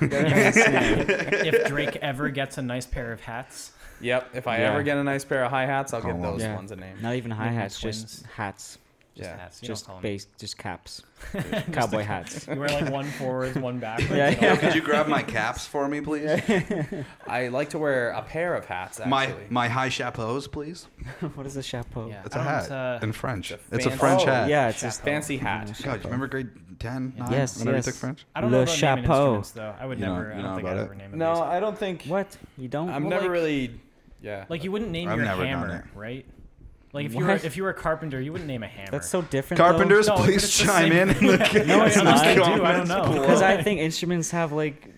S1: if Drake ever gets a nice pair of hats,
S3: Yep. If I
S4: Yeah.
S3: ever get a nice pair of hi hats, I'll
S2: Oh,
S3: give those
S4: Yeah.
S3: ones a name.
S4: Not even hi hats,
S1: Twins.
S4: just hats,
S1: just
S3: Yeah.
S1: hats. You don't
S4: just
S1: call 'em-
S4: base, just caps, cowboy hats.
S1: You wear like one forwards, one backwards. Oh,
S4: Yeah,
S1: and
S4: yeah.
S1: all-
S2: Oh, could you grab my caps for me, please?
S3: I like to wear a pair of hats. Actually.
S2: My my high chapeaus, please.
S4: what is a chapeau?
S1: Yeah.
S2: It's a Oh,
S1: I
S2: hat
S1: don't, uh,
S2: in French. It's a,
S3: fancy-
S2: French
S3: Oh,
S2: hat.
S4: Yeah, it's just Mm,
S1: Chapeau.
S3: fancy hat.
S2: God, you remember grade 10, 9,
S4: Yes,
S2: whenever
S4: yes.
S2: you took French?
S1: I don't
S4: Le
S1: know about naming
S4: chapeau.
S1: instruments though. I would
S2: You don't-
S1: never.
S2: you
S1: I don't
S2: don't
S1: think
S2: know
S1: I'd
S2: about
S1: ever
S2: it?
S1: name an
S3: No,
S1: instrument.
S3: I don't think.
S4: What you don't?
S3: I'm
S4: Well,
S3: never
S4: like-
S3: really. Yeah.
S1: Like you wouldn't name
S2: I've
S1: your
S2: never done
S1: hammer,
S2: it.
S1: right? Like if you were
S4: What?
S1: if you were a carpenter, you wouldn't name a hammer.
S4: That's so different.
S2: Carpenters,
S1: No,
S2: please
S1: it's the
S2: chime in.
S1: same-
S4: No,
S1: unless
S4: it's not.
S1: they do, I don't know.
S4: because I think instruments have like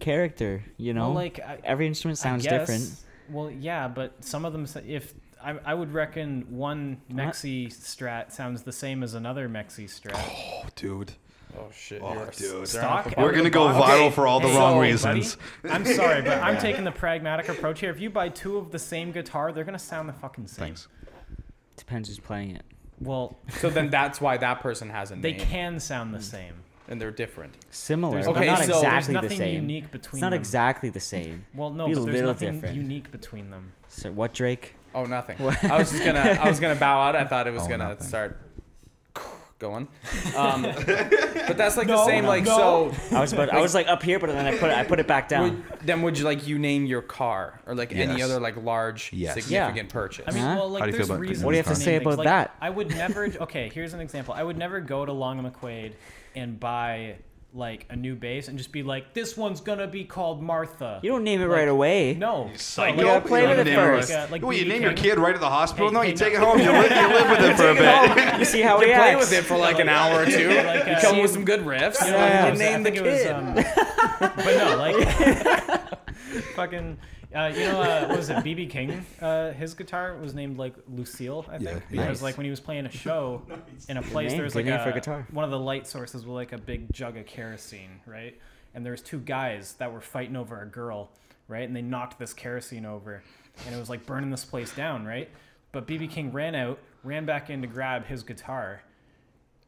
S4: character. You know,
S1: Well, like I,
S4: every instrument
S1: I
S4: sounds
S1: guess-
S4: different.
S1: Well, yeah, but some of them, s- if I, I would reckon one Mexi strat sounds the same as another Mexi strat.
S2: Oh, dude.
S3: Oh shit.
S2: Oh,
S3: you're a
S2: dude.
S3: staring at the
S1: Stock
S3: bottom
S2: We're
S1: out
S3: of
S2: going to
S3: the
S2: go
S3: bottle.
S2: viral for all the
S1: Hey,
S2: wrong
S1: buddy,
S2: reasons.
S1: I'm sorry, but I'm taking the pragmatic approach here. If you buy two of the same guitar, they're gonna sound the fucking same.
S2: Thanks.
S4: Depends who's playing it.
S1: Well,
S3: So then that's why that person has a name.
S1: they can sound the same.
S3: and they're different.
S4: Similar,
S1: There's
S4: but
S3: Okay,
S4: not
S3: so- there's
S1: There's
S4: exactly the
S1: nothing
S4: same.
S1: unique
S4: It's
S1: between.
S4: not
S1: them.
S4: exactly the same.
S1: Well, no,
S4: Be a
S1: but there's
S4: little
S1: nothing
S4: different.
S1: unique between them.
S4: So what, Drake?
S3: Oh, nothing. I was just gonna. I was gonna bow out. I thought it was
S2: Oh,
S3: gonna
S2: nothing.
S3: start going. Um, but that's like the
S1: No,
S3: same. Like
S1: no.
S3: so.
S4: I was, but I was like up here, but then I put it, I put it back down.
S3: Would, then would you like you name your car or like any
S2: Yes.
S3: other like large
S2: Yes.
S3: significant
S4: Yeah.
S3: purchase?
S1: I mean,
S4: Huh?
S1: well, like
S2: How do you feel
S1: there's
S2: about
S1: reasons.
S2: What do you
S1: to
S2: have to
S1: name
S4: say
S1: things.
S4: about
S1: Like,
S4: that?
S1: I would never. Okay, here's an example. I would never go to Long and McQuaid and buy like a new bass and just be like, "This one's gonna be called Martha."
S4: You don't name it right away.
S1: No,
S2: Psycho.
S4: You gotta play
S2: You
S4: with
S2: don't
S4: it
S2: name her.
S4: first.
S1: Like, uh, like
S2: Well, you
S1: B.B.
S2: name your
S1: King.
S2: kid right at the hospital?
S1: Hey,
S2: no, you
S1: hey,
S2: take
S1: no.
S2: it home. You live, you live with it for a bit.
S4: You see how
S3: you
S4: he
S3: play
S4: acts.
S3: with it for like an hour or two.
S1: Like,
S3: you
S1: uh,
S3: come
S1: same-
S3: with some good riffs.
S1: You
S4: know, Yeah.
S3: You name the
S1: it was,
S3: kid.
S1: um, but um, no, like fucking. Uh, you know, uh, what was it BB King? Uh, his guitar was named like Lucille, I think,
S2: Yeah,
S1: because
S4: nice.
S1: like when he was playing a show in a place,
S4: name,
S1: there was like
S4: good name for a
S1: a,
S4: guitar.
S1: one of the light sources was like a big jug of kerosene, right? And there was two guys that were fighting over a girl, right? And they knocked this kerosene over, and it was like burning this place down, right? But BB King ran out, ran back in to grab his guitar,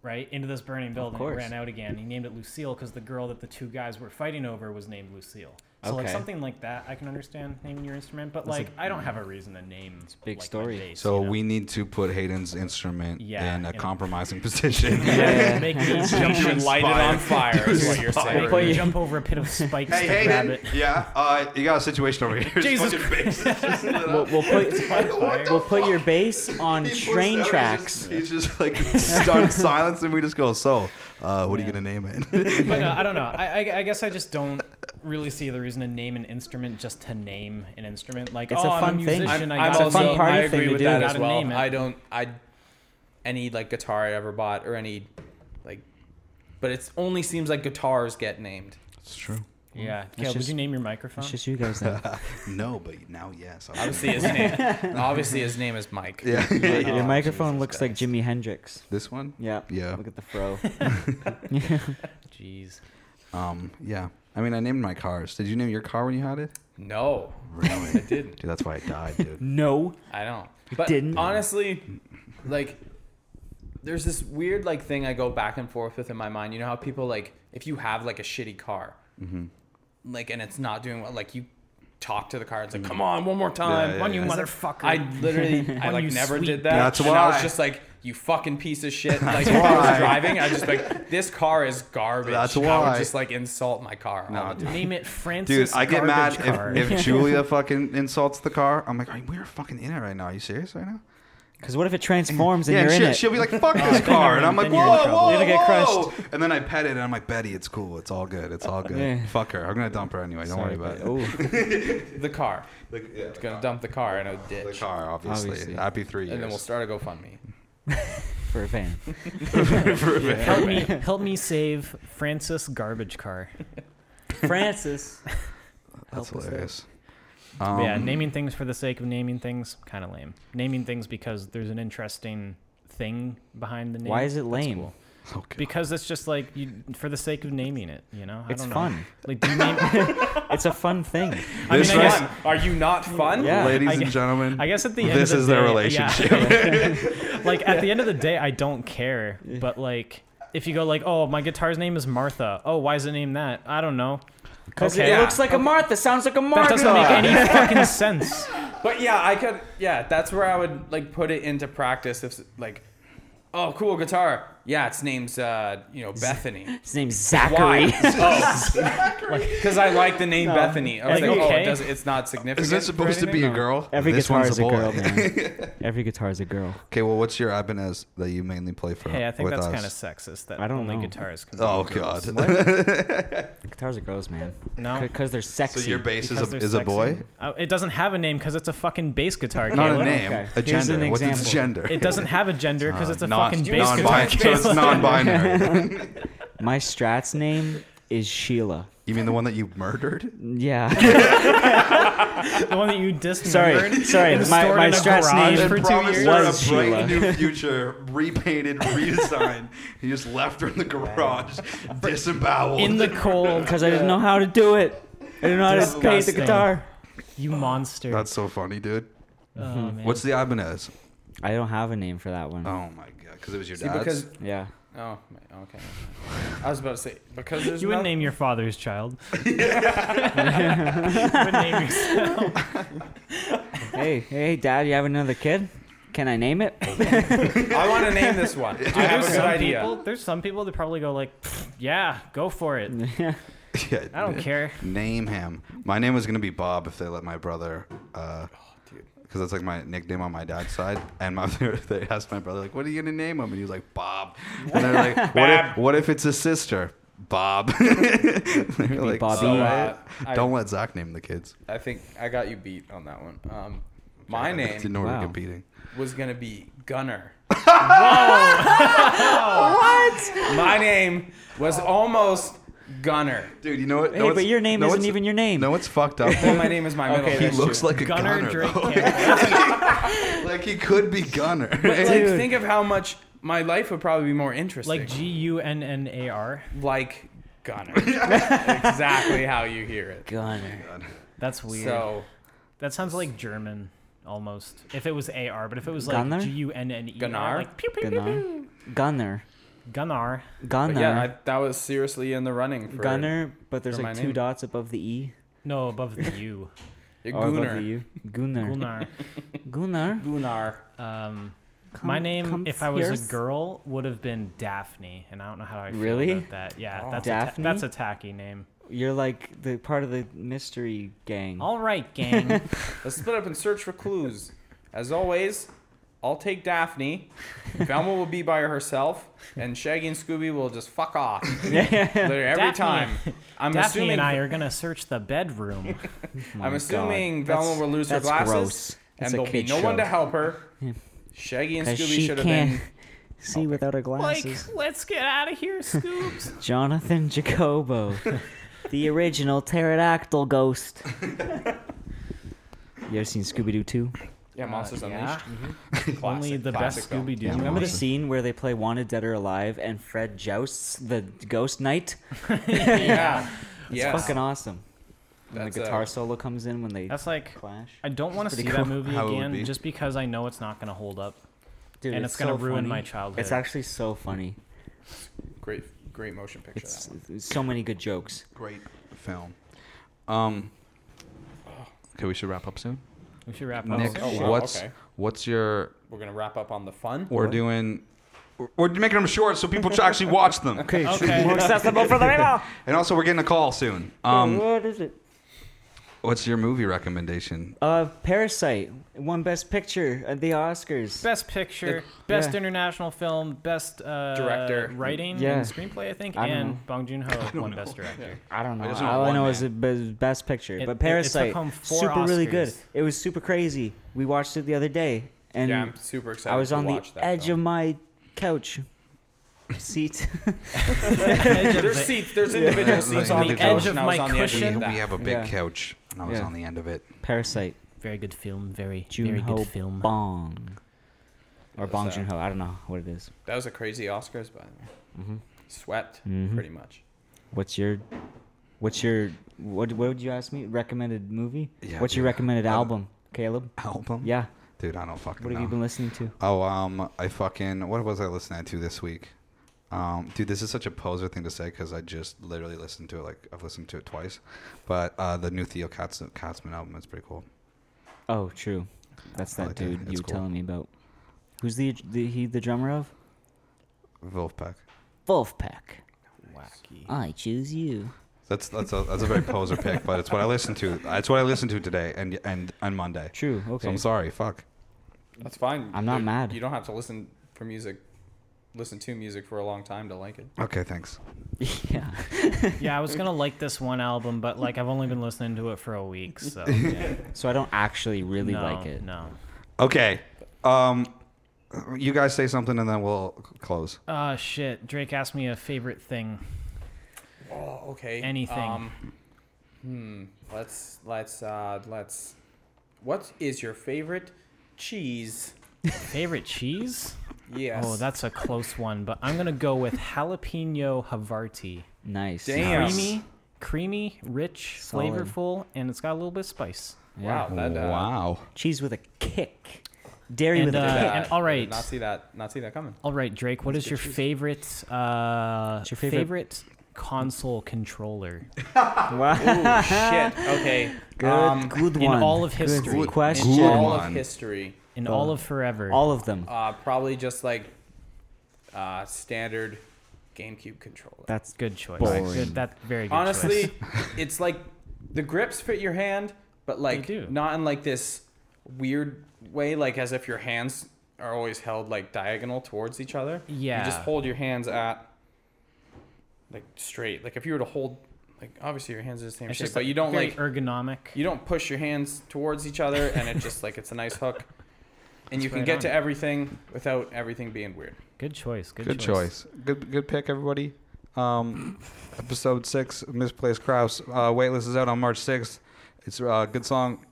S1: right into this burning building it
S4: course.
S1: ran out again he named it lucille because the girl that the two guys were fighting over was named lucille so like
S4: Okay.
S1: something like that i can understand naming your instrument but like i i don't have a reason to name it's
S4: big story.
S2: So we need to put Hayden's instrument
S1: Yeah,
S2: in a
S1: in a-
S2: compromising position.
S1: make me
S3: Jump and light it on fire is what you're
S4: We'll put
S3: saying.
S4: you-
S1: jump over a pit of spikes
S2: Hey,
S1: to grab
S2: Hayden.
S1: it
S2: Yeah, uh, you got a situation over here.
S1: Jesus
S2: Fucking bass is just lit up.
S4: We'll, we'll put
S1: Fire.
S4: we'll put your bass on
S2: He puts
S4: train
S2: out,
S4: tracks.
S2: He's just, he's just like stunned silence, and we just go. So, uh, what are you gonna name it?
S1: but no, i don't know I, I, I guess i just don't really see the reason to name an instrument just to name an instrument like
S4: It's
S1: oh
S4: a
S1: i'm
S4: fun
S1: a
S4: thing.
S1: musician
S3: I'm,
S1: i
S3: I'm
S1: got
S4: a
S3: also,
S4: fun party
S3: I
S4: thing
S3: agree
S4: to
S3: with
S4: do.
S3: that
S1: Gotta
S3: as well.
S1: name it.
S3: I don't, I, any like guitar I ever bought or any, like, but it only seems like guitars get named.
S2: it's true.
S1: yeah Caleb,
S4: just-
S1: did you name your microphone
S4: It's just you guys then.
S2: No, but now yes. I'm
S3: Obviously his name, obviously his name is Mike.
S2: yeah.
S4: Your-
S3: Oh,
S4: your microphone
S3: Jesus
S4: looks like
S3: Christ.
S4: Jimi Hendrix.
S2: this one.
S4: Yeah.
S2: Yeah.
S4: Look at the fro.
S1: jeez
S2: Um. Yeah. I mean, I named my cars. Did you name your car when you had it?
S3: No,
S2: Really?
S3: I didn't.
S2: Dude, that's why I died, dude.
S4: No.
S3: I don't. But
S4: didn't?
S3: honestly, like, there's this weird like thing I go back and forth with in my mind. You know how people like if you have like a shitty car,
S2: Mm-hmm.
S3: like, and it's not doing well, like you talk to the car. It's
S2: Mm-hmm.
S3: like, come on, one more time.
S2: Yeah,
S1: One you
S2: yeah.
S1: motherfucker.
S3: I literally, I
S1: When
S3: like
S1: Oh, you
S3: never
S1: sweet
S3: did that.
S2: That's
S3: and I
S2: why.
S3: was just like, you fucking piece of shit. Like if I was
S2: why.
S3: driving, I was just like, this car is garbage.
S2: That's
S3: I
S2: why.
S3: would just like insult my car. all
S2: No,
S3: the
S2: dude.
S1: Name it Francis.
S2: Dude, I get mad
S1: Garbage Car.
S2: if, if Julia fucking insults the car. I'm like, "Are you- we're fucking in it right now. Are you serious right now?
S4: Because what if it transforms and
S2: yeah,
S4: you're
S2: and
S4: in
S2: she,
S4: it?
S2: she'll be like, "Fuck this car,"
S1: you're
S2: and I'm
S1: in-
S2: like,
S1: then you're in
S2: "Whoa,
S1: trouble.
S2: whoa,
S4: You're gonna get
S2: whoa!" And then I pet it, and I'm like, "Betty, it's cool. It's all good. It's all good.
S4: Yeah.
S2: Fuck her. I'm gonna dump her anyway. Don't worry about it."
S4: Oh,
S3: time. The car.
S2: Like, yeah, the
S3: Gonna
S2: car.
S3: dump the car in a
S2: the
S3: ditch,
S2: car, obviously.
S4: Obviously.
S2: That'd be three years.
S3: and then we'll start a GoFundMe.
S4: for a fan.
S1: help me, help me save Francis Garbage Car.
S4: Francis.
S2: That's
S4: help us
S2: hilarious.
S1: But
S2: Um,
S1: yeah, naming things for the sake of naming things, kind of lame. Naming things because there's an interesting thing behind the name.
S4: Why is it
S1: that's
S4: lame?
S1: cool.
S2: oh, God.
S1: Because it's just like you, for the sake of naming it, you know. I
S4: It's
S1: don't know.
S4: fun.
S1: Like, do you name?
S4: It's a fun thing.
S1: I mean,
S2: This
S1: I guess,
S2: one-
S3: Are you not fun?
S4: Yeah.
S2: ladies
S1: I
S2: and
S1: guess-
S2: gentlemen,
S1: I guess at the end,
S2: this
S1: of the
S2: is their
S1: day-
S2: relationship.
S1: yeah. like at the end of the day, I don't care. But like, if you go like, oh, my guitar's name is Martha. Oh, why is it named that? I don't know.
S4: Because
S1: Okay.
S4: it
S3: Yeah.
S4: looks like a Martha, sounds like a
S1: That
S4: Martha.
S1: doesn't make any fucking sense.
S3: But yeah, I could. Yeah, that's where I would like put it into practice. If like, oh, cool guitar. Yeah, its name's uh, you know Bethany.
S4: His name's
S3: Why?
S4: Zachary.
S3: Because I like the name Bethany. I was
S1: Like,
S3: like, oh,
S1: okay.
S3: it does, it's not significant.
S2: Is that
S3: or
S2: supposed to be
S3: anything?
S2: a girl?
S4: Every
S2: this
S4: guitar
S2: one's
S4: is a
S2: boy.
S4: girl, man. Every guitar is a girl.
S2: okay, well, what's your Ibanez that you mainly play for?
S1: Hey, I think
S2: with
S1: that's
S2: us?
S1: kind of sexist. That
S4: I don't
S1: only
S4: know.
S1: guitars can. be
S2: Oh
S1: girls.
S2: God.
S4: Guitars are girls, man.
S1: No.
S4: Because they're sexy.
S2: so your bass is
S1: Because
S2: a,
S1: they're
S2: is a
S1: sexy.
S2: boy?
S1: Uh, it doesn't have a name because it's a fucking bass guitar.
S2: Not
S1: Caleb.
S2: a name.
S4: Okay.
S2: A
S4: Here's
S2: gender.
S4: an
S2: What's its
S4: example.
S2: gender?
S1: It doesn't have a gender because it's a fucking bass guitar.
S2: non-binary. So it's
S1: Caleb.
S2: non-binary.
S4: My strat's name is Sheila.
S2: you mean the one that you murdered?
S4: Yeah.
S1: the one that you dismembered.
S4: sorry. Sorry.
S1: And
S4: My,
S1: stored
S4: my
S1: in a
S4: strat's
S1: garage
S4: name
S1: for two
S2: promised
S1: years.
S2: her
S4: was
S2: a bright
S4: Sheila.
S2: new future, repainted, redesigned. He just left her in the garage, disemboweled.
S1: in the cold.
S4: because I didn't know how to do it. I didn't know how to play the
S1: Disgusting.
S4: guitar.
S1: You monster.
S2: That's so funny, dude.
S1: oh, man.
S2: What's the Ibanez?
S4: I don't have a name for that one.
S2: Oh my god, because it was your
S3: See,
S2: dad's.
S3: because
S4: Yeah.
S3: oh, man, okay. I was about to say because there's
S1: you wouldn't
S3: no-
S1: name your father's child. you would name yourself.
S4: Hey, hey, Dad, you have another kid? Can I name it?
S3: I want to name this one. I have
S1: There's
S3: a good
S1: some
S3: idea.
S1: people. There's some people that probably go like, "Pfft, yeah, go for it.
S2: Yeah,
S1: I don't
S2: n-
S1: care.
S2: Name him. My name was gonna be Bob if they let my brother. Uh,
S4: Oh,
S2: because that's like my nickname on my dad's side. And my they asked my brother like, "What are you gonna name him?" And he was like, "Bob." And they're like, "What if what if it's a sister?" Bob. They're like,
S4: Bobby.
S2: "All
S3: Uh, I-
S2: Don't let Zach name the kids.
S3: I think I got you beat on that one. Um, my
S2: Didn't
S3: name
S2: know we were
S4: Wow.
S2: competing.
S3: was gonna be Gunner. what? My name was almost Gunner.
S2: Dude, you know what?
S4: Hey, but your name isn't even your name.
S2: No, it's fucked up.
S3: Well, my name is my middle.
S4: Okay,
S2: he
S3: name.
S4: that's
S2: looks like a
S1: Gunner,
S2: gunner.
S1: Drake
S2: though.
S1: Campbell.
S2: like he could be gunner.
S3: Like,
S4: Dude.
S3: think of how much my life would probably be more interesting.
S1: Like G U N N A R.
S3: like Gunner. exactly how you hear it.
S4: Gunner.
S1: That's weird.
S3: So
S1: That sounds like German almost. If it was AR, but if it was like
S4: Gunner?
S1: G U N N E R,
S3: Gunnar?
S1: like pew pew pew
S4: Gunner.
S1: pew.
S4: Gunner.
S1: Gunnar.
S4: Gunner.
S3: but yeah, I, that was seriously in the running for
S4: Gunner, but there's
S3: for
S4: like
S3: my
S4: two
S3: name.
S4: dots above the E.
S1: No, above the U.
S3: Your
S1: Oh,
S4: Or above
S3: Gunnar.
S4: the U. Gunnar.
S1: Gunnar.
S4: Gunnar.
S3: Gunnar.
S1: Um,
S4: Come-
S1: my name,
S4: come
S1: if I was
S4: fierce.
S1: a girl, would have been Daphne, and I don't know how I feel
S4: Really?
S1: about that. Yeah,
S3: Oh.
S1: that's a ta-
S4: Daphne?
S1: that's a tacky name.
S4: You're like the part of the mystery gang.
S1: All right, gang.
S3: Let's split up and search for clues. As always, I'll take Daphne. Velma will be by herself, and Shaggy and Scooby will just fuck off. Literally every
S1: Daphne-
S3: time. I'm
S1: Daphne
S3: assuming.
S1: and I are gonna search the bedroom.
S4: Oh my
S3: I'm
S4: God.
S3: assuming
S4: That's-
S3: Velma will lose her
S4: that's
S3: glasses,
S4: gross. That's
S3: and
S4: a
S3: there'll be
S4: kid
S3: no one
S4: show.
S3: to help her. Shaggy and
S4: 'Cause
S3: Scooby
S4: she
S3: should have been.
S4: can't see without her glasses.
S1: let's get out of here, Scoops.
S4: Jonathan Jacobo, the original pterodactyl ghost. you ever seen Scooby Doo 2?
S3: Yeah, Monsters
S1: Uh, yeah. Only
S3: Unleashed.
S4: mm-hmm.
S3: Classic,
S1: the best
S3: classic film.
S1: Scooby Doo.
S2: Yeah,
S4: Remember the
S2: Awesome.
S4: scene where they play Wanted Dead or Alive and Fred jousts the ghost knight?
S3: Yeah. yeah.
S4: It's fucking awesome. when the
S3: That's, uh,
S4: guitar solo comes in when they
S1: That's like
S4: clash.
S1: I don't want to
S4: Pretty
S1: see
S4: cool.
S1: that movie
S2: How it would
S1: again
S2: be.
S1: just because I know it's not going to hold up.
S4: Dude,
S1: and it's gonna ruin my childhood.
S4: It's actually so funny.
S3: Great, great motion picture.
S4: It's
S3: that one.
S4: it's so many good jokes.
S2: Great film. Um. Okay, we should wrap up soon.
S1: We should wrap up.
S2: Nick,
S3: Oh, wow,
S2: what's
S3: okay.
S2: what's your?
S3: We're gonna wrap up on the fun.
S2: We're doing. We're, we're making them short so people actually watch them.
S4: Okay,
S1: Okay.
S4: more accessible for the people.
S2: And also, we're getting a call soon. Um,
S4: what is it?
S2: what's your movie recommendation?
S4: Uh, Parasite won Best Picture at the Oscars.
S1: Best picture, best
S4: yeah.
S1: international film, best uh,
S3: Director.
S1: writing
S4: Yeah.
S1: and screenplay, I think,
S4: I don't
S1: and
S4: know.
S1: Bong Joon Ho won best director.
S4: I don't know.
S2: I just know it
S4: All I
S2: won,
S4: know
S2: man.
S4: is it was Best
S1: It-
S4: Picture,
S1: it- it
S4: but
S1: took
S4: Parasite
S1: home four
S4: super really good.
S1: Oscars.
S4: It was super crazy. We watched it the other day, and
S3: yeah, I'm super excited.
S4: I was
S3: to
S4: on the
S3: watch that
S4: edge
S3: film.
S4: of my couch seat.
S3: There's seats. There's individual seats on the
S2: The
S3: couch,
S2: edge
S1: of
S3: and I was
S1: my
S3: on the edge of
S1: cushion.
S2: We,
S3: that.
S2: we have a big
S4: Yeah.
S2: couch, and I was
S4: Yeah.
S2: on the end of it.
S4: Parasite,
S1: very good film. Very, very
S4: Junho
S1: good film.
S4: Bong, or
S3: What was
S4: Bong
S3: that?
S4: Junho. I don't know what it is.
S3: That was a crazy Oscars, by the way.
S1: Mm-hmm.
S3: Swept
S4: Mhm.
S3: pretty much.
S4: What's your, what's your, what what would you ask me? Recommended movie?
S2: Yeah,
S4: what's your
S2: dude.
S4: recommended
S2: Um,
S4: album, Caleb?
S2: Album?
S4: Yeah.
S2: Dude, I don't fucking
S4: What
S2: know.
S4: have you been listening to?
S2: Oh, um, I fucking what was I listening to this week? Um, dude, this is such a poser thing to say because I just literally listened to it. Like I've listened to it twice, but uh, the new Theo Katz- Katzman album is pretty cool.
S4: Oh, true. Oh, That's
S2: I
S4: that
S2: like it.
S4: dude you
S2: It's
S4: were
S2: cool.
S4: telling me about. Who's the, the he the drummer of?
S2: Wolfpack.
S4: Wolfpack.
S3: Wacky.
S4: I choose you.
S2: That's that's a that's a very poser pick, but it's what I listened to. It's what I listened to today and and on Monday.
S4: True.
S2: So
S4: Okay.
S2: I'm sorry. Fuck.
S3: That's fine.
S4: I'm not
S3: You-
S4: mad.
S3: You don't have to listen for music, listen to music for a long time to like it.
S2: Okay, thanks.
S4: yeah.
S1: yeah, I was gonna like this one album, but like I've only been listening to it for a week, so
S4: So I don't actually really
S1: no,
S4: like it.
S1: No.
S2: Okay. Um, you guys say something and then we'll c- close.
S1: Uh shit. Drake asked me a favorite thing.
S3: Oh, okay. Um,
S1: Anything.
S3: hmm. Let's let's uh let's. What is your favorite cheese?
S1: Favorite cheese?
S3: Yes.
S1: Oh, that's a close one, but I'm gonna go with jalapeno havarti.
S4: Nice.
S3: Damn.
S4: Nice.
S1: Creamy, creamy, rich,
S4: Solid.
S1: flavorful, and it's got a little bit of spice.
S3: wow. That, uh,
S2: wow.
S4: Cheese with a kick. Dairy
S1: And,
S4: with a
S1: uh,
S4: kick.
S3: that-
S1: and all
S3: I did
S1: right.
S3: Not see that. Not see that coming.
S1: All right, Drake, what is your favorite, uh,
S4: What's your
S1: favorite
S4: favorite-
S1: console controller?
S4: Wow.
S3: Oh shit. Okay.
S4: Good,
S3: Um,
S4: good
S1: in
S4: one.
S1: all of
S4: Good
S1: history. Good
S4: question.
S3: in all of
S2: one.
S3: history,
S1: In all of forever.
S4: All of them.
S3: uh, probably just like uh, standard GameCube controller.
S4: That's good.
S1: good choice.
S4: Boring.
S1: Good, that very good
S3: Honestly,
S1: choice.
S3: it's like the grips fit your hand, but like
S1: do.
S3: not in like this weird way, like as if your hands are always held like diagonal towards each other. You just
S1: Yeah.
S3: hold your hands at like straight. Like if you were to hold like obviously your hands are the same
S1: it's
S3: shape,
S1: just
S3: but you don't
S1: very
S3: like
S1: ergonomic.
S3: you don't push your hands towards each other and it just like it's a nice hook. And you can
S1: right
S3: get
S1: on.
S3: to everything without everything being weird.
S1: Good choice. Good,
S2: Good choice. Good good pick, everybody. Um, episode six, Misplaced Kraus. Uh, Waitlist is out on March sixth. It's a uh, good song.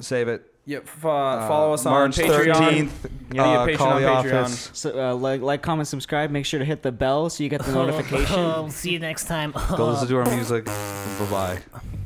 S2: Save it.
S3: Yep. F- uh, follow us on Patreon. Be a
S2: Uh,
S3: patron
S2: call
S3: on
S2: the
S3: Patreon.
S2: office.
S4: So uh, like, like, comment, subscribe. Make sure to hit the
S1: Oh,
S4: bell so you get the notification.
S1: see you next time.
S2: Go listen to our music. Bye bye.